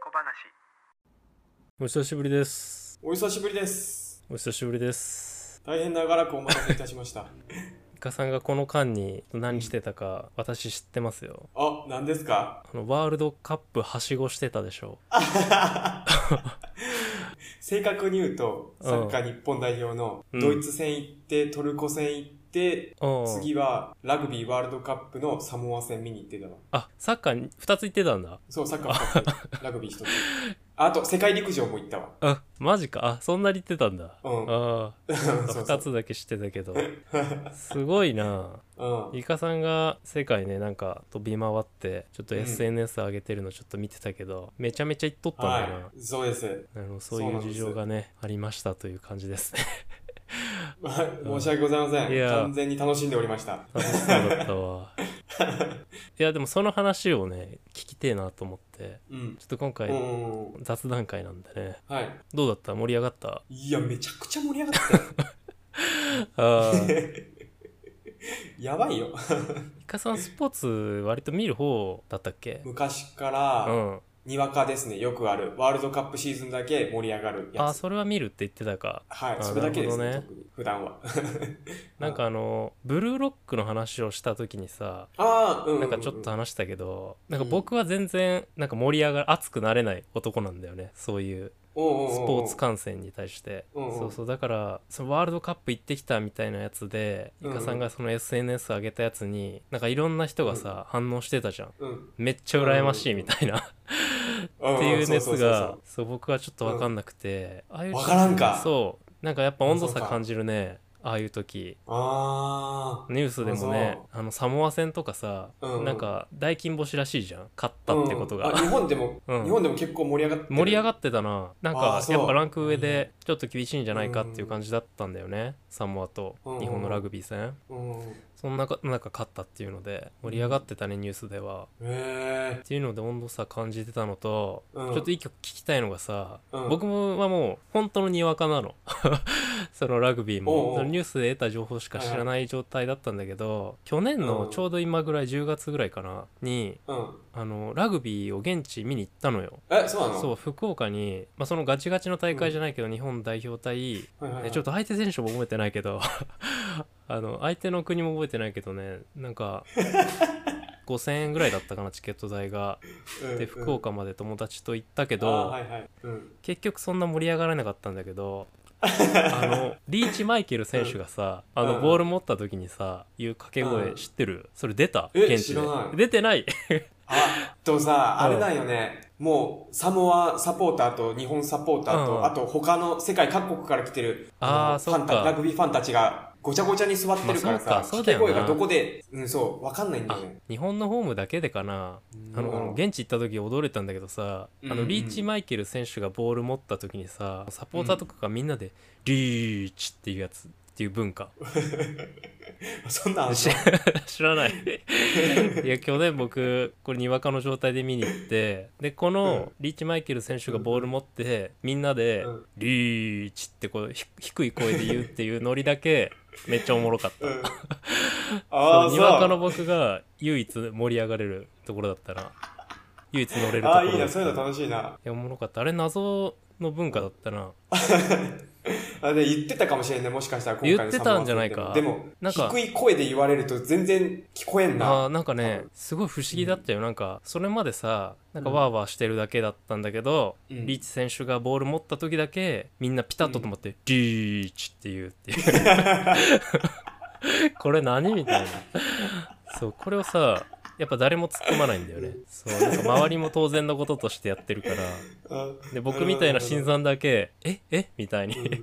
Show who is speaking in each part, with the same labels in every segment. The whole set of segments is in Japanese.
Speaker 1: 小話
Speaker 2: お久しぶりです。
Speaker 3: お久しぶりです。
Speaker 2: お久しぶりです。
Speaker 3: 大変長らくお待たせいたしま した。
Speaker 2: イカさんがこの間に何してたか私知ってますよ。
Speaker 3: あ、何ですか
Speaker 2: あのワールドカップはしごしてたでしょ。
Speaker 3: 正確に言うと、サッカー日本代表の
Speaker 2: うん
Speaker 3: ドイツ戦行って、トルコ戦行って、
Speaker 2: うん。
Speaker 3: 次はラグビーワールドカップのサモア戦見に行ってたわ。
Speaker 2: あ、サッカーに2つ行ってたんだ。
Speaker 3: そう、サッカー2つ、ラグビー1つ。あと、世界陸上も行ったわ。
Speaker 2: あ、マジか。あ、そんなに行ってたんだ。
Speaker 3: うん。
Speaker 2: ああ、
Speaker 3: そうそ
Speaker 2: 2
Speaker 3: う。
Speaker 2: つだけ知ってたけ ど。すごいな。
Speaker 3: うん。
Speaker 2: イカさんが世界ね、なんか飛び回って、ちょっと
Speaker 3: うん
Speaker 2: SNS 上げてるのちょっと見てたけど、めちゃめちゃ行っとったんだな。
Speaker 3: はい。そうです。
Speaker 2: あのそう
Speaker 3: そう
Speaker 2: い
Speaker 3: な
Speaker 2: うん
Speaker 3: で
Speaker 2: 事
Speaker 3: す
Speaker 2: 情がね、ありましたという感じですね。
Speaker 3: まあ申し訳ございません。
Speaker 2: いや
Speaker 3: 完全に楽しんでおりました。
Speaker 2: 楽しそうだったわいやでもその話をね聞きてえなと思って
Speaker 3: うん。
Speaker 2: ちょっと今
Speaker 3: うんう
Speaker 2: 回
Speaker 3: んうんうん。
Speaker 2: 雑談会なんでね
Speaker 3: はい。
Speaker 2: どうだった盛り上がった
Speaker 3: いや、めちゃくちゃ盛り上がったよ。
Speaker 2: あー
Speaker 3: やばいよ。
Speaker 2: イカさんスポーツ割と見る方だったっけ
Speaker 3: 昔か
Speaker 2: う
Speaker 3: ら、
Speaker 2: ん
Speaker 3: にわかですね、よくある。ワールドカップシーズンだけ盛り上がる
Speaker 2: あ
Speaker 3: や
Speaker 2: ー
Speaker 3: つ。
Speaker 2: それは見るって言ってたか
Speaker 3: は
Speaker 2: あ
Speaker 3: い、それだけですね、
Speaker 2: なるほ
Speaker 3: 特に。普段は。
Speaker 2: なんかあのブルーロックの話をした時にさ
Speaker 3: ああ、うんうんうん。
Speaker 2: なんかちょっと話したけどなんか僕は全然なんか盛り上がる熱くなれない男なんだよねそういう
Speaker 3: おうおうおう、
Speaker 2: スポーツ観戦に対して、
Speaker 3: うんうん
Speaker 2: そうそうだからそのワールドカップ行ってきたみたいなやつで、
Speaker 3: うんうん
Speaker 2: イカさんがその SNS 上げたやつになんかいろんな人がさ、反応してたじゃん
Speaker 3: うん。
Speaker 2: めっちゃ羨ましいみたいな、
Speaker 3: うん。
Speaker 2: っていう
Speaker 3: そ
Speaker 2: 熱
Speaker 3: そそ
Speaker 2: がそう僕はちょっと分かんなくて、ああいう
Speaker 3: わからんか
Speaker 2: そうなんかやっぱ温度差
Speaker 3: そうか
Speaker 2: 感じるねああいう時
Speaker 3: ああ。
Speaker 2: ニュースでもねあのサモア戦とかさ、
Speaker 3: うんうん
Speaker 2: なんか大金星らしいじゃん勝ったってことが、
Speaker 3: うんあ日本でも、
Speaker 2: うん
Speaker 3: 日本でも結構盛り上がってる。
Speaker 2: 盛り上
Speaker 3: っ
Speaker 2: がってたななん
Speaker 3: あ
Speaker 2: か
Speaker 3: ーそう
Speaker 2: やっぱランク上でちょっと厳しいんじゃないかっていう感じだったんだよねサモアと
Speaker 3: うん
Speaker 2: 日本のラグビー戦
Speaker 3: うん。
Speaker 2: そんなか中勝ったっていうので盛り上がってたねニュースでは
Speaker 3: へえ
Speaker 2: っていうので温度差感じてたのとち
Speaker 3: うん
Speaker 2: ょっと一曲聞きたいのがさ
Speaker 3: うん
Speaker 2: 僕はもう本当のにわかなの そのラグビー
Speaker 3: おうお
Speaker 2: も
Speaker 3: う
Speaker 2: そのニュースで得た情報しか知らない状態だったんだけど去年のちょうど今ぐらい10月ぐらいかなに
Speaker 3: うん。
Speaker 2: あのラグビーを現地見に行ったのよ
Speaker 3: え、そうなの
Speaker 2: そう福岡に、まあ、そのガチガチの大会じゃないけど、日本代表対、
Speaker 3: はいはいはい
Speaker 2: えちょっと相手選手も覚えてないけど あの相手の国も覚えてないけどねなんか5000円ぐらいだったかなチケット代が
Speaker 3: うんうん
Speaker 2: で福岡まで友達と行ったけ
Speaker 3: あ
Speaker 2: ど、
Speaker 3: ーはいはい。うん。
Speaker 2: 結局そんな盛り上がらなかったんだけど あのリーチマイケル選手がさ、
Speaker 3: ん
Speaker 2: あ
Speaker 3: う
Speaker 2: の
Speaker 3: ん
Speaker 2: ボール持った時にさ言う掛け声
Speaker 3: うん
Speaker 2: 知ってる、それ出た
Speaker 3: え
Speaker 2: 現地
Speaker 3: 知
Speaker 2: で
Speaker 3: らない
Speaker 2: 出てない
Speaker 3: あとさ、あ
Speaker 2: うん
Speaker 3: れなんよね。もう、サモアサポーターと日本サポーター
Speaker 2: うん
Speaker 3: と、あと他の世界各国から来てる、
Speaker 2: あー
Speaker 3: の
Speaker 2: そっか
Speaker 3: ファンタラグビーファンたちがごちゃごちゃに座ってるからさ、
Speaker 2: まあそうかそうだ
Speaker 3: 掛け
Speaker 2: よな
Speaker 3: 声がどこで、うん、そう、わかんないんだ
Speaker 2: あ
Speaker 3: よね。
Speaker 2: 日本のホームだけでかなあの
Speaker 3: うん
Speaker 2: 現地行った時驚いたんだけどさあ
Speaker 3: うんう
Speaker 2: の
Speaker 3: ん
Speaker 2: リーチマイケル選手がボール持った時にさサポーターとかがみんなで「リーチ」っていうやつっていう文 化
Speaker 3: そんなんあんの
Speaker 2: し知 らないいや去年僕これにわかの状態で見に行ってでこのリーチマイケル選手がボール持ってみんなで
Speaker 3: うん
Speaker 2: 「リーチ」ってこうひ低い声で言うっていうノリだけめっちゃおもろかった
Speaker 3: うん。 あ
Speaker 2: そう
Speaker 3: あ、
Speaker 2: にわかの
Speaker 3: そう。
Speaker 2: 僕が唯一盛り上がれるところだったな唯一乗れるところ
Speaker 3: ああ、いい
Speaker 2: だ
Speaker 3: な、
Speaker 2: った
Speaker 3: そういうの楽しいな。
Speaker 2: いやおもろかったあれ謎の文化だったな
Speaker 3: あで言ってたかもしれんね、もしかしたら今回
Speaker 2: 言っ
Speaker 3: の
Speaker 2: て
Speaker 3: サモア
Speaker 2: たんじゃないか
Speaker 3: 戦でも、
Speaker 2: なんか
Speaker 3: 低い声で言われると全然聞こえん
Speaker 2: あ
Speaker 3: な。
Speaker 2: ーなんかねすごい不思議だったよ、なんかそれまでさなんかワーワーしてるだけだったんだけど、
Speaker 3: うん
Speaker 2: リーチ選手がボール持った時だけみんなピタッと止まって「リーチ」って言う っていうこれ何みたいなそうこれをさやっぱ誰も突っ込まないんだよねそうなんか周りも当然のこととしてやってるから
Speaker 3: うん
Speaker 2: で僕みたいな新参だけ「ええみたいに、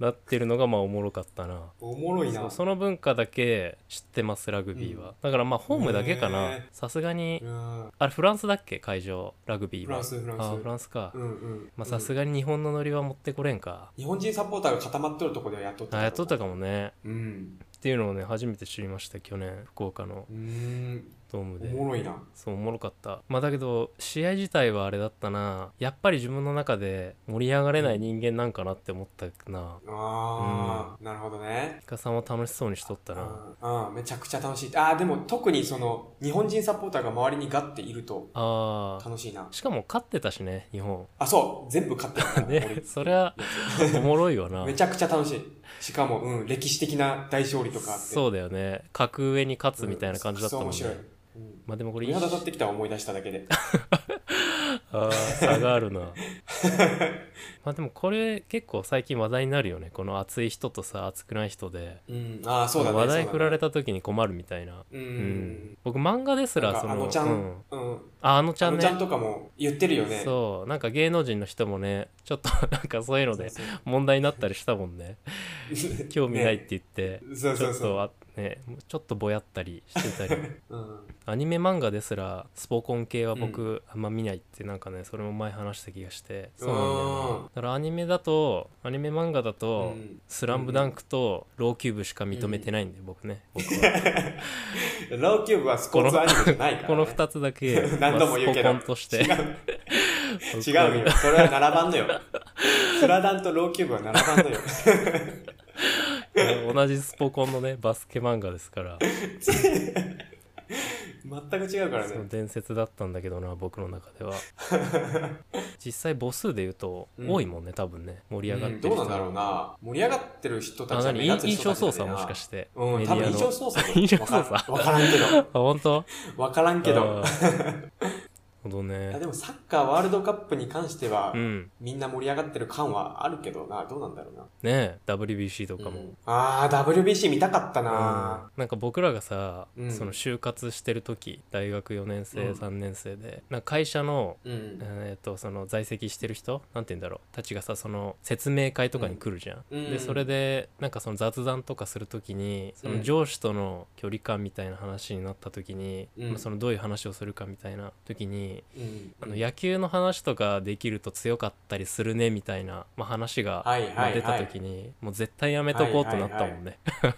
Speaker 2: なってるのがまあおもろかったな
Speaker 3: おもろいな。
Speaker 2: そうその文化だけ知ってますラグビーは、だからまあホームだけかな
Speaker 3: ねえ
Speaker 2: さすがに
Speaker 3: うん
Speaker 2: あれフランスだっけ会場ラグビー
Speaker 3: フラ
Speaker 2: は
Speaker 3: ンス、フランス。
Speaker 2: あフランスか、
Speaker 3: うんうん。
Speaker 2: まあさすがに日本のノリは持ってこれんか、
Speaker 3: 日本人サポーターが固まっとるとこではやっとった
Speaker 2: あやっとった
Speaker 3: か
Speaker 2: かもね
Speaker 3: うん
Speaker 2: っていうのをね初めて知りました去年福岡の
Speaker 3: うーん
Speaker 2: ドーム
Speaker 3: お
Speaker 2: で
Speaker 3: もろいな。
Speaker 2: そうおもろかったまあだけど試合自体はあれだったなやっぱり自分の中で盛り上がれない人間なんかなって思ったな
Speaker 3: ああ、なるほどね。
Speaker 2: イカさんは楽しそうにしとったな
Speaker 3: うん、うんめちゃくちゃ楽しい。ああ、でも特にその、日本人サポーターが周りにガッていると
Speaker 2: あー
Speaker 3: 楽しいな。
Speaker 2: しかも勝ってたしね日本
Speaker 3: あ、そう、全部勝ってるから、
Speaker 2: ね
Speaker 3: 俺
Speaker 2: そりゃおもろいわな
Speaker 3: めちゃくちゃ楽しい。しかも、うん、歴史的な大勝利とかあって。
Speaker 2: そうだよね格上に勝つみたいな感じだったもん
Speaker 3: うん
Speaker 2: ね
Speaker 3: くそ面白い。うん
Speaker 2: まあでもこれ
Speaker 3: 鳥肌立ってきたわ思い出しただけで。
Speaker 2: あー差があるな まあでもこれ結構最近話題になるよねこの熱い人とさ熱くない人で、
Speaker 3: うん、ああ、そうだね。
Speaker 2: 話題振られ
Speaker 3: た。
Speaker 2: た時に困るみたいなう
Speaker 3: う
Speaker 2: ん
Speaker 3: ん。
Speaker 2: 僕漫画です
Speaker 3: なん
Speaker 2: ら
Speaker 3: か
Speaker 2: その
Speaker 3: あのちゃ
Speaker 2: うんん、
Speaker 3: うん。
Speaker 2: ああのちゃ
Speaker 3: あ
Speaker 2: ん
Speaker 3: の
Speaker 2: ね
Speaker 3: ちゃんとかも言ってるよね。う。
Speaker 2: そうなんか芸能人の人もねちょっと なんかそういうので
Speaker 3: そう
Speaker 2: 問題になったりしたもんね 興味ないって言って、
Speaker 3: そう
Speaker 2: ち
Speaker 3: そ
Speaker 2: ょ
Speaker 3: う
Speaker 2: っと
Speaker 3: そ
Speaker 2: あねちょっとぼやったりしてたり
Speaker 3: う。うん。
Speaker 2: アニメ漫画ですらスポコン系は僕あんま見ないってなんかねそれも前話した気がしてそうなんだよ
Speaker 3: う
Speaker 2: ね
Speaker 3: ん
Speaker 2: だからアニメだとアニメ漫画だと、
Speaker 3: うん
Speaker 2: スラムダンクとローキューブしか認めてないんで、僕ね僕 は
Speaker 3: ラオキューブはスポーツアニメじゃないから、ね。
Speaker 2: この2つだけ
Speaker 3: 何度も言うけど
Speaker 2: まあスポコンとして
Speaker 3: 違うよ。それは並ばんのよ。スラダンとローキューブは並ばんのよ。
Speaker 2: 同じスポコンのねバスケ漫画ですから、
Speaker 3: 全く違うから
Speaker 2: その
Speaker 3: ね。
Speaker 2: 伝説だったんだけどな僕の中で は実際母数で言うと、
Speaker 3: うん
Speaker 2: 多いもんね多分ね盛り上がっ
Speaker 3: うん
Speaker 2: て
Speaker 3: ど
Speaker 2: る
Speaker 3: う
Speaker 2: 人、
Speaker 3: なんだろうな。盛り上がってる人た
Speaker 2: あ
Speaker 3: ちは
Speaker 2: 何
Speaker 3: 目立つ
Speaker 2: 印
Speaker 3: 人
Speaker 2: 象
Speaker 3: たちだ
Speaker 2: 操
Speaker 3: よ
Speaker 2: 作
Speaker 3: な
Speaker 2: もしかして、
Speaker 3: うん、
Speaker 2: メデ
Speaker 3: 多
Speaker 2: ィ
Speaker 3: 分
Speaker 2: ア
Speaker 3: 印象
Speaker 2: の
Speaker 3: 操作。
Speaker 2: 印象操作
Speaker 3: わかわからんけど
Speaker 2: あ。本当
Speaker 3: わからんけど
Speaker 2: あ。ー なるほど
Speaker 3: いや
Speaker 2: ね
Speaker 3: でもサッカーワールドカップに関しては、
Speaker 2: うん
Speaker 3: みんな盛り上がってる感はあるけどな。どうなんだろうな。
Speaker 2: ねえ WBC とかも、
Speaker 3: うんあー、WBC 見たかったな。
Speaker 2: なんか僕らがさ、
Speaker 3: うん
Speaker 2: その就活してる時大学4年生、
Speaker 3: うん
Speaker 2: 3年生でなんか会社の
Speaker 3: うん。
Speaker 2: えー、とその在籍してる人なんて言うんだろうたちがさその説明会とかに来るじゃん、
Speaker 3: うん
Speaker 2: でそれでなんかその雑談とかするときにそうの
Speaker 3: ん
Speaker 2: 上司との距離感みたいな話になったときに、
Speaker 3: うん
Speaker 2: まあそのどういう話をするかみたいな時に
Speaker 3: うん
Speaker 2: あの 野球の話とかできると強かったりするねみたいな、まあ、話が
Speaker 3: はいはいはい
Speaker 2: 出た時に、もう絶対やめとこうとなったもんね、
Speaker 3: はいは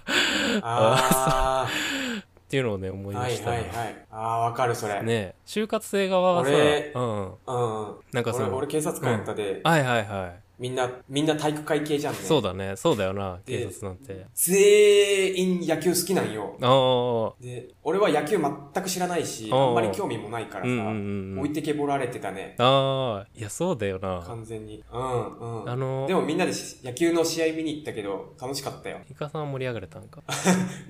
Speaker 3: い
Speaker 2: っ
Speaker 3: あ
Speaker 2: ていうのをね思
Speaker 3: ー、
Speaker 2: い
Speaker 3: は
Speaker 2: ま
Speaker 3: い
Speaker 2: したね。
Speaker 3: はいはい。あー、わかるそれ。
Speaker 2: ねえ就活生側はさ、
Speaker 3: 俺
Speaker 2: うん、
Speaker 3: うん。
Speaker 2: なんかそ
Speaker 3: 俺
Speaker 2: の
Speaker 3: 俺警察官やったで、
Speaker 2: はいはいはい
Speaker 3: みんなみんな体育会系じゃんね
Speaker 2: そうだねそうだよな警
Speaker 3: で
Speaker 2: 察なんて
Speaker 3: 全員野球好きなんよ
Speaker 2: ああ
Speaker 3: で俺は野球全く知らないし
Speaker 2: おうおう
Speaker 3: あんまり興味もないか
Speaker 2: う
Speaker 3: らさ、
Speaker 2: んうんう
Speaker 3: 置い
Speaker 2: ん
Speaker 3: てけぼられてたね
Speaker 2: ああいやそうだよな
Speaker 3: 完全にうんうん
Speaker 2: あの
Speaker 3: でもみんなでし野球の試合見に行ったけど楽しかったよ
Speaker 2: イカさんは盛り上がれたんか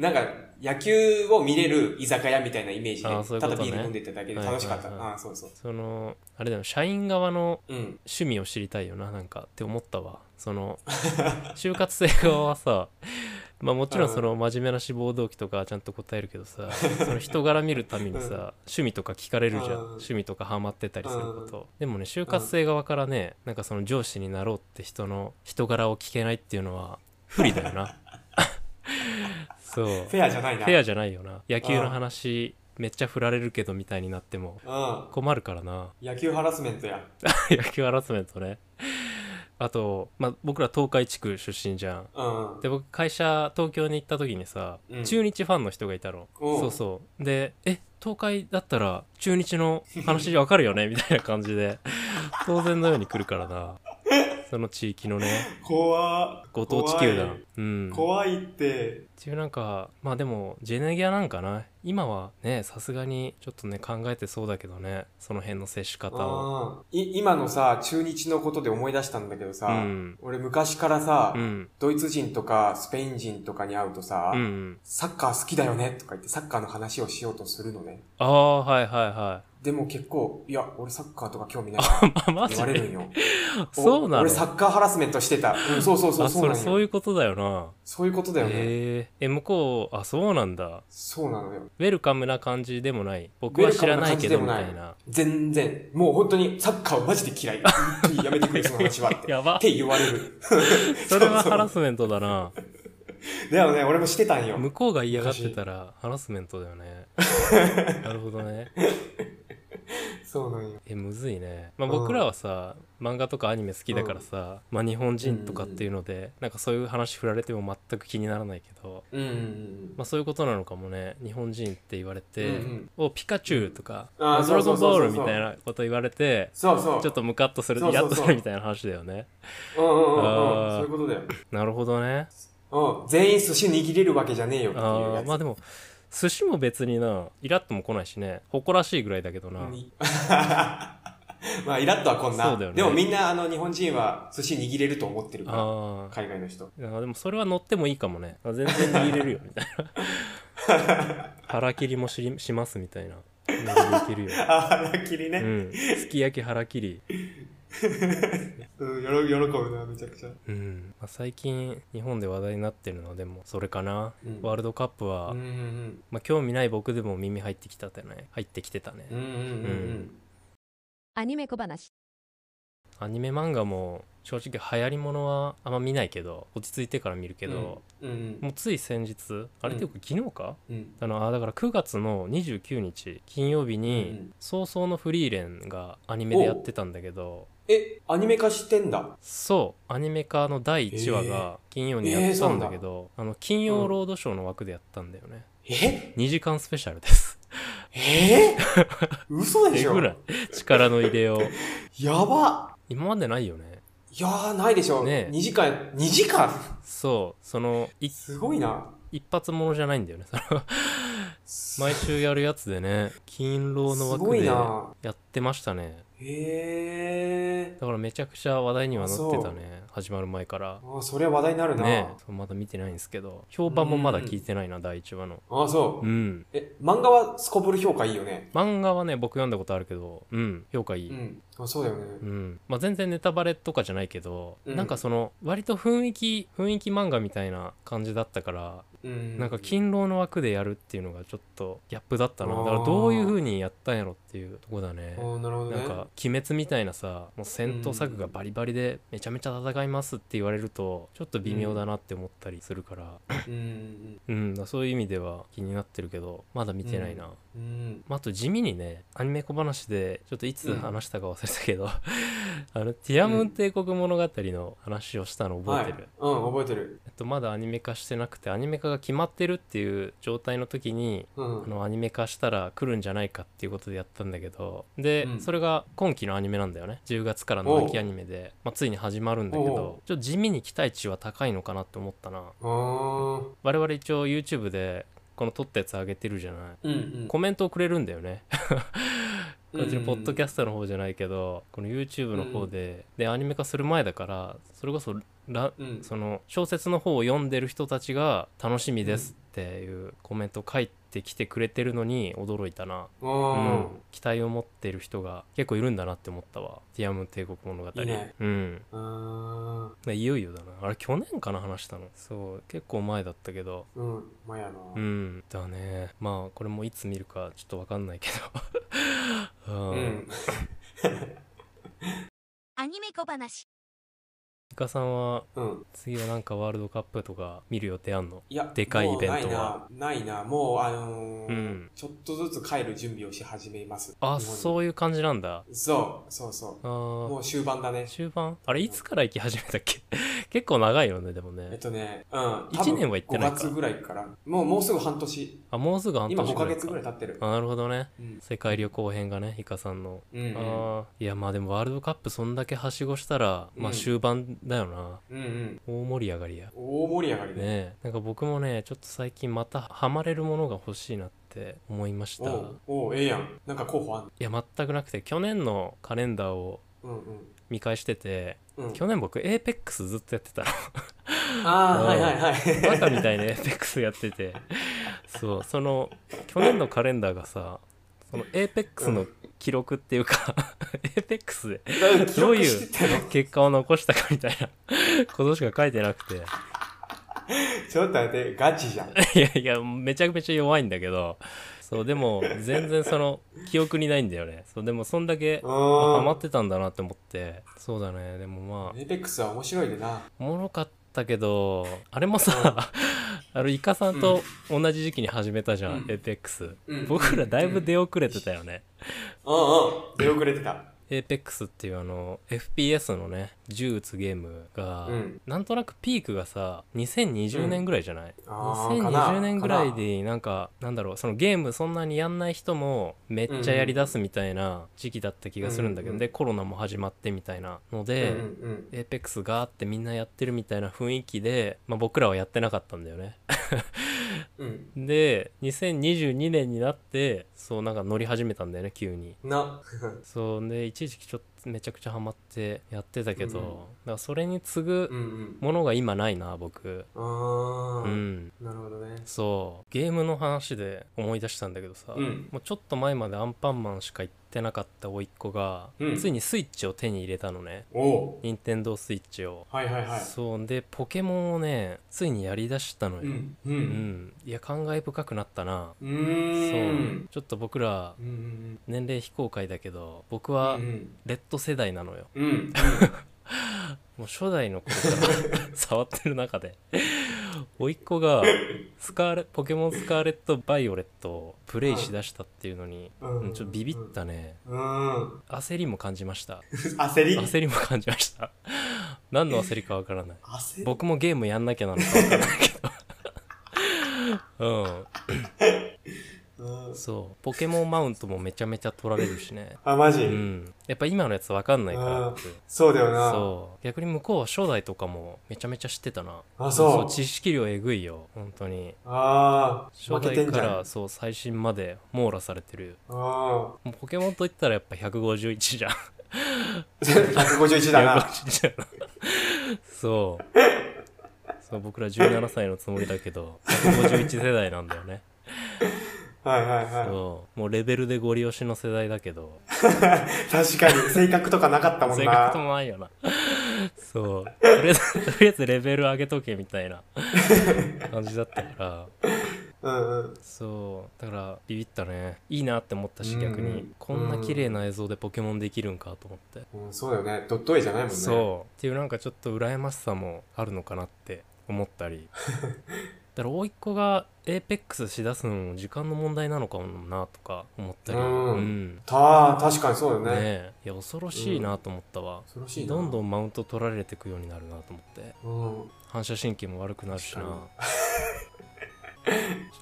Speaker 3: なんか野球を見れる居酒屋みたいなイメージで
Speaker 2: あーそういうこ
Speaker 3: た
Speaker 2: と
Speaker 3: だ
Speaker 2: ね
Speaker 3: ビール飲んでただけで楽しかった、
Speaker 2: はいはいはい
Speaker 3: ああそうそう
Speaker 2: そのあれだよ社員側の
Speaker 3: うん
Speaker 2: 趣味を知りたいよななんかって思ったわその 就活生側はさまあもちろんその真面目な志望動機とかちゃんと答えるけど さその人柄見るためにさ、
Speaker 3: うん
Speaker 2: 趣味とか聞かれるじゃん
Speaker 3: うん
Speaker 2: 趣味とかハマってたりすること、でもね就活生側からねなんかその上司になろうって人の人柄を聞けないっていうのは不利だよな そう
Speaker 3: フェアじゃないな
Speaker 2: フェア
Speaker 3: じ
Speaker 2: じゃないよな野球の話めっちゃ振られるけどみたいになっても
Speaker 3: ゃ
Speaker 2: 困るからな
Speaker 3: うん野球ハラスメントや
Speaker 2: 野球ハラスメントねあと、まあ、僕ら東海地区出身じゃん
Speaker 3: うんうん
Speaker 2: で僕会社東京に行った時にさ、
Speaker 3: うん
Speaker 2: 中日ファンの人がいたの
Speaker 3: おう
Speaker 2: そうそうで「え東海だったら中日の話わかるよね」みたいな感じで当然のように来るからなその地域のね
Speaker 3: 怖
Speaker 2: ご当地球
Speaker 3: 怖
Speaker 2: 団
Speaker 3: い
Speaker 2: うん
Speaker 3: 怖いって
Speaker 2: っていうなんかまあでもジェネギアなんかな今はねさすがにちょっとね考えてそうだけどねその辺の接し方を
Speaker 3: うんい今のさ、中日のことで思い出したんだけどさ、
Speaker 2: うん
Speaker 3: 俺昔からさ、
Speaker 2: うん
Speaker 3: ドイツ人とかスペイン人とかに会うとさ、
Speaker 2: うんうん
Speaker 3: サッカー好きだよねとか言ってサッカーの話をしようとするのね。
Speaker 2: ああはいはいは
Speaker 3: でも結構、いや、俺サッカーとか興味ないって
Speaker 2: い。あマ
Speaker 3: 言
Speaker 2: ジ
Speaker 3: われるんよ。お
Speaker 2: そうなの
Speaker 3: 俺サッカーハラスメントしてた。うん、そうそうそう、
Speaker 2: あ
Speaker 3: そ
Speaker 2: そ
Speaker 3: うな
Speaker 2: れ
Speaker 3: のよ。
Speaker 2: そういうことだよな。
Speaker 3: そういうことだよね。
Speaker 2: へええ向こうあそうなんだ。
Speaker 3: そうなのよ。
Speaker 2: ウェルカムな感じでもない。僕は知らないけど
Speaker 3: ウェル
Speaker 2: み
Speaker 3: カム
Speaker 2: た
Speaker 3: な感じ
Speaker 2: い
Speaker 3: でも
Speaker 2: な。
Speaker 3: 全然。もう本当にサッカーマジで嫌い。本当にやめてくれ、その話はって。
Speaker 2: や ば
Speaker 3: って言われる。
Speaker 2: それはハラスメントだな。
Speaker 3: だよね、俺もしてたんよ。
Speaker 2: 向こうが嫌がってたらハラスメントだよ ね。なるほどね。
Speaker 3: そうなんよ。
Speaker 2: えむずいね、まあ、
Speaker 3: うん
Speaker 2: 僕らはさ、漫画とかアニメ好きだからさ、まあ、日本人とかっていうので、なんかそういう話振られても全く気にならないけど
Speaker 3: うんうんうん
Speaker 2: まあ、そういうことなのかもね日本人って言われて「
Speaker 3: うんうん
Speaker 2: おピカチュウ」とか「
Speaker 3: あー
Speaker 2: ドラゴンボール」
Speaker 3: そうそうそう
Speaker 2: み
Speaker 3: そう
Speaker 2: たいなこと言われて
Speaker 3: そうそう
Speaker 2: ちょっとムカッとする
Speaker 3: そうそうそう
Speaker 2: イラッとするみたいな話だよね
Speaker 3: うんうんうんうん
Speaker 2: あー
Speaker 3: そういうことだよ
Speaker 2: なるほどね
Speaker 3: うん全員寿司握れるわけじゃねえよっていう
Speaker 2: あ
Speaker 3: や
Speaker 2: ー
Speaker 3: つ
Speaker 2: まあでも寿司も別になイラッとも来ないしね誇らしいぐらいだけどな、
Speaker 3: に まあイラッとはこんな、
Speaker 2: そうだよね
Speaker 3: でもみんなあの日本人は寿司握れると思ってるか
Speaker 2: あ
Speaker 3: ら
Speaker 2: ー
Speaker 3: 海外の人
Speaker 2: あーでもそれは乗ってもいいかもねあ全然握れるよみたいな 腹切りもしりしますみたいな全然いけるよ、
Speaker 3: あ腹切り
Speaker 2: う
Speaker 3: ね、
Speaker 2: ん、すき焼き腹切り
Speaker 3: うん、よろ喜ぶなめちゃくちゃ
Speaker 2: うんまあ、最近日本で話題になってるのはでもそれかな、
Speaker 3: うん
Speaker 2: ワールドカップは、
Speaker 3: うんうん
Speaker 2: まあ、興味ない僕でも耳入ってきたってね入ってきてたね、
Speaker 3: うんうんうんうん
Speaker 1: アニメ小話。
Speaker 2: アニメ漫画も正直流行りものはあんま見ないけど落ち着いてから見るけど、
Speaker 3: うんうん
Speaker 2: もうつい先日あれってよく昨日か、
Speaker 3: うん
Speaker 2: あのあだから9月の29日金曜日
Speaker 3: う
Speaker 2: に
Speaker 3: ん
Speaker 2: 「早々のフリーレン」がアニメでやってたんだけど
Speaker 3: えアニメ化してんだ
Speaker 2: そうアニメ化の第1話が金曜にやったんだけど、あの金曜ロードショーの枠でやったんだよね、
Speaker 3: え
Speaker 2: 2時間スペシャルです。
Speaker 3: えー、嘘で
Speaker 2: え
Speaker 3: しょ
Speaker 2: ぐらい力の入れよう。
Speaker 3: やば
Speaker 2: 今までないよね。
Speaker 3: いやーないでしょ、
Speaker 2: ねえ
Speaker 3: 2時間2時間
Speaker 2: そう、その、い
Speaker 3: すごいな
Speaker 2: 一発ものじゃないんだよね。その
Speaker 3: す
Speaker 2: 毎週やるやつでね、勤労の
Speaker 3: す
Speaker 2: 枠
Speaker 3: ごい
Speaker 2: で
Speaker 3: な
Speaker 2: やってましたね。
Speaker 3: へえ
Speaker 2: だからめちゃくちゃ話題にはなってたね。始まる前から。
Speaker 3: ー、あそれは話題になるな、
Speaker 2: ねそうまだ見てないんですけど、評判もまだ聞いてないな、第1話の。
Speaker 3: ああそう、
Speaker 2: うん。
Speaker 3: え漫画はすこぶる評価いいよね
Speaker 2: 漫画はね、僕読んだことあるけど、うん、評価いい。
Speaker 3: うんあそうだよね、
Speaker 2: うんまあ、全然ネタバレとかじゃないけど、
Speaker 3: うん
Speaker 2: なんかその割と雰囲気雰囲気漫画みたいな感じだったから、
Speaker 3: うん、
Speaker 2: なんか勤労の枠でやるっていうのがちょっとギャップだったな
Speaker 3: あー
Speaker 2: だからどういう風にやったんやろっていうとこだね
Speaker 3: あ。あなるほどね
Speaker 2: なんか「鬼滅」みたいなさもう戦闘作がバリバリでめちゃめちゃ戦いますって言われるとちょっと微妙だなって思ったりするから、
Speaker 3: うん
Speaker 2: うんだからそういう意味では気になってるけどまだ見てないな、
Speaker 3: うんうん
Speaker 2: まあ、あと地味にねアニメ小話でちょっといつ話したか忘れたけど、 あのティアムン帝国物語の話をしたの覚えてる、
Speaker 3: はい、うん覚えてる
Speaker 2: えっと、まだアニメ化してなくてアニメ化が決まってるっていう状態の時に
Speaker 3: うん
Speaker 2: あのアニメ化したら来るんじゃないかっていうことでやったんだけどで、
Speaker 3: うん
Speaker 2: それが今期のアニメなんだよね10月からの秋アニメで、まあ、ついに始まるんだけ
Speaker 3: お
Speaker 2: どちょっと地味に期待値は高いのかなって思ったな
Speaker 3: ああ
Speaker 2: 我々一応 YouTube でこの撮ったやつ上げてるじゃない
Speaker 3: うんうん
Speaker 2: コメントをくれるんだよねこっちのポッドキ
Speaker 3: ャ
Speaker 2: ャストの方じゃないけど、この YouTube の方で、でアニメ化する前だからそれこそら
Speaker 3: うんうん
Speaker 2: その小説の方を読んでる人たちが「楽しみです」っていうコメント書いてきてくれてるのに驚いたな、う
Speaker 3: あ
Speaker 2: ん、期待を持ってる人が結構いるんだなって思ったわ「ティアム帝国物語」
Speaker 3: いいね
Speaker 2: うん
Speaker 3: ーあ
Speaker 2: でいよいよだなあれ去年かな話したのそう結構前だったけど
Speaker 3: ーうんまあやな、
Speaker 2: うんだねまあこれもいつ見るかちょっと分かんないけど、 うん
Speaker 3: うん
Speaker 1: アニメ小話。
Speaker 2: いかさんは
Speaker 3: うん
Speaker 2: 次はなんかワールドカップとか見る予定あんの
Speaker 3: いや
Speaker 2: でかいイベントは
Speaker 3: もうないなないなもうあのー
Speaker 2: うん
Speaker 3: ちょっとずつ帰る準備をし始めます
Speaker 2: あ
Speaker 3: 日本に
Speaker 2: そういう感じなんだ
Speaker 3: そうそうそ
Speaker 2: あ
Speaker 3: う
Speaker 2: ー
Speaker 3: もう終盤だね
Speaker 2: 終盤あれいつから行き始めたっけ 結構長いよねでも
Speaker 3: えっ
Speaker 2: ね
Speaker 3: とね、うん。
Speaker 2: 一年は行ってないか
Speaker 3: 5月ぐらいから。もう、もうすぐ半年。
Speaker 2: あもうすぐ半年
Speaker 3: 今5
Speaker 2: ぐ
Speaker 3: ヶ
Speaker 2: らい
Speaker 3: 月ぐ
Speaker 2: から
Speaker 3: い経ってる。
Speaker 2: あなるほどね
Speaker 3: うん。
Speaker 2: 世界旅行編がねイカさんの、
Speaker 3: うん。
Speaker 2: あーいやまあでもワールドカップそんだけはしごしたらまあ
Speaker 3: うん
Speaker 2: 終盤だよな、
Speaker 3: うんうん。
Speaker 2: 大盛り上がりやね
Speaker 3: 大盛り上がりね。
Speaker 2: えなんか僕もねちょっと最近またハマれるものが欲しいなって思いました
Speaker 3: お
Speaker 2: いう
Speaker 3: おう、ええやん。なんか候補あん
Speaker 2: や全くなくて去年のカレンダーを
Speaker 3: うん
Speaker 2: 見返してて
Speaker 3: うん。うん。
Speaker 2: 去年僕 APEX ずっとやってたの
Speaker 3: ああ、
Speaker 2: うん
Speaker 3: はいはい はい。
Speaker 2: バカみたいな APEX やっててそうその去年のカレンダーがさその APEX の記録っていうか APEX で
Speaker 3: どういう。
Speaker 2: 結果を残したかみたいなことしか書いてなく
Speaker 3: ちょっと待って、ガチじゃん。
Speaker 2: ていや いやめちゃめちゃ弱いんだけどそうでも全然その記憶にないんだよねそうでもそんだけまあハマ
Speaker 3: う
Speaker 2: っ
Speaker 3: ん。
Speaker 2: てたんだなって思ってそうだねでもまあ
Speaker 3: エイペックスは面白いでな。
Speaker 2: おもろかったけどあれもさ あのイカさんと同じ時期に始めたじゃん、
Speaker 3: うん
Speaker 2: APEX、
Speaker 3: うん
Speaker 2: 僕らだいぶ出遅れてたよね、
Speaker 3: うんうん。出遅れてた。
Speaker 2: Apex っていうあの FPS のね銃撃つゲームが、
Speaker 3: うん
Speaker 2: なんとなくピークがさ2020年ぐらいじゃない、
Speaker 3: あーかな
Speaker 2: 2020年ぐらいでなんかなんだろうそのゲームそんなにやんない人もめっちゃやりだすみたいな時期だった気がするんだけど、
Speaker 3: うん
Speaker 2: でコロナも始まってみたいなの
Speaker 3: うんう
Speaker 2: で、
Speaker 3: ん
Speaker 2: Apex があってみんなやってるみたいな雰囲気で、まあ、僕らはやってなかったんだよね
Speaker 3: うん
Speaker 2: で2022年になってそうなんか乗り始めたんだよね急に
Speaker 3: な
Speaker 2: そうで一時期ちょっとめちゃくちゃハマってやってたけど、
Speaker 3: うん
Speaker 2: だからそれに次ぐ
Speaker 3: うんうん
Speaker 2: ものが今ないな僕
Speaker 3: あ
Speaker 2: う
Speaker 3: あ、
Speaker 2: ん
Speaker 3: なるほどね
Speaker 2: そうゲームの話で思い出したんだけどさ、
Speaker 3: うん
Speaker 2: もうちょっと前までアンパンマンしか行ってなかった甥っ子が、
Speaker 3: うん
Speaker 2: ついにスイッチを手に入れたのね
Speaker 3: おお
Speaker 2: 任天堂スイッチを
Speaker 3: はいはいはい
Speaker 2: そうでポケモンをねついにやりだしたのよ、
Speaker 3: うんうんう
Speaker 2: うんんいや感慨深くなったな、
Speaker 3: うー
Speaker 2: そうんちょっと僕ら
Speaker 3: うんうん
Speaker 2: 年齢非公開だけど僕
Speaker 3: うん
Speaker 2: は
Speaker 3: うん
Speaker 2: レッド世代なのよ
Speaker 3: うんうん
Speaker 2: もう初代の頃から触ってる中で甥っ子がスカーレポケモンスカーレット・バイオレットをプレイしだしたっていうのに、
Speaker 3: うん
Speaker 2: うんちょっとビビったね
Speaker 3: うん
Speaker 2: 焦りも感じました
Speaker 3: 焦り
Speaker 2: 焦りも感じました何の焦りかわからない
Speaker 3: 焦り
Speaker 2: 僕もゲームやんなきゃなのかわからないけどうん
Speaker 3: うん
Speaker 2: そうポケモンマウントもめちゃめちゃ取られるしね
Speaker 3: あマ
Speaker 2: う
Speaker 3: ジ
Speaker 2: んやっぱ今のやつわかんないから
Speaker 3: あそうだよな
Speaker 2: そう逆に向こうは初代とかもめちゃめちゃ知ってたな
Speaker 3: あそう
Speaker 2: 知識量えぐいよ本当に
Speaker 3: ああ負
Speaker 2: 初
Speaker 3: けて
Speaker 2: 代か
Speaker 3: んじゃん
Speaker 2: らそう最新まで網羅されてる
Speaker 3: あ
Speaker 2: もうポケモンといったらやっぱ151じゃん
Speaker 3: あ151だ な
Speaker 2: 151じゃんそうそう僕ら17歳のつもりだけど151世代なんだよね
Speaker 3: はいはいは
Speaker 2: そうもうレベルでゴリ押しの世代だけど
Speaker 3: い確かに性格とかなかったもん
Speaker 2: 性格と
Speaker 3: な
Speaker 2: もないよなそうとりあえずとりあえずレベル上げとけみたいな感じだったから
Speaker 3: うんうん
Speaker 2: そうだからビビったねいいなって思ったし
Speaker 3: うんうん
Speaker 2: 逆にこんな綺麗な映像でポケモンできるんかと思って
Speaker 3: うんそうだよねドット絵じゃないもんね
Speaker 2: そうっていうなんかちょっと羨ましさもあるのかなって思った りだから甥っ子がエーペックスしだすのも時間の問題なのかもなとか思ったり
Speaker 3: うん
Speaker 2: うん
Speaker 3: た確かにそうだ
Speaker 2: ね
Speaker 3: よね
Speaker 2: えいや恐ろしいなと思ったわ、
Speaker 3: 恐ろしいな
Speaker 2: どんど
Speaker 3: ん
Speaker 2: んマウント取られていくようになるなと思って
Speaker 3: うん
Speaker 2: 反射神経も悪くなるしなち
Speaker 3: 確
Speaker 2: ょ
Speaker 3: か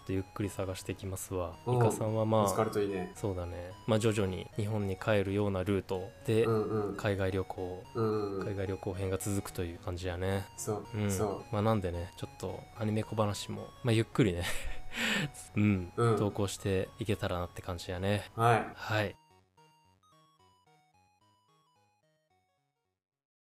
Speaker 2: っとゆっくり探していきますわ
Speaker 3: うん
Speaker 2: イカさんは
Speaker 3: 見
Speaker 2: ま
Speaker 3: つか
Speaker 2: あ
Speaker 3: るといいね
Speaker 2: そうだねまあ徐々に日本に帰るようなルートで
Speaker 3: うんうん
Speaker 2: 海外旅行
Speaker 3: うんう
Speaker 2: 海
Speaker 3: ん
Speaker 2: 外旅行編が続くという感じやね
Speaker 3: そう
Speaker 2: うん
Speaker 3: そ
Speaker 2: まあなんでねちょっとアニメ小話もまあゆっくりね うん
Speaker 3: うん
Speaker 2: 投稿していけたらなって感じやね
Speaker 3: うはい
Speaker 2: はい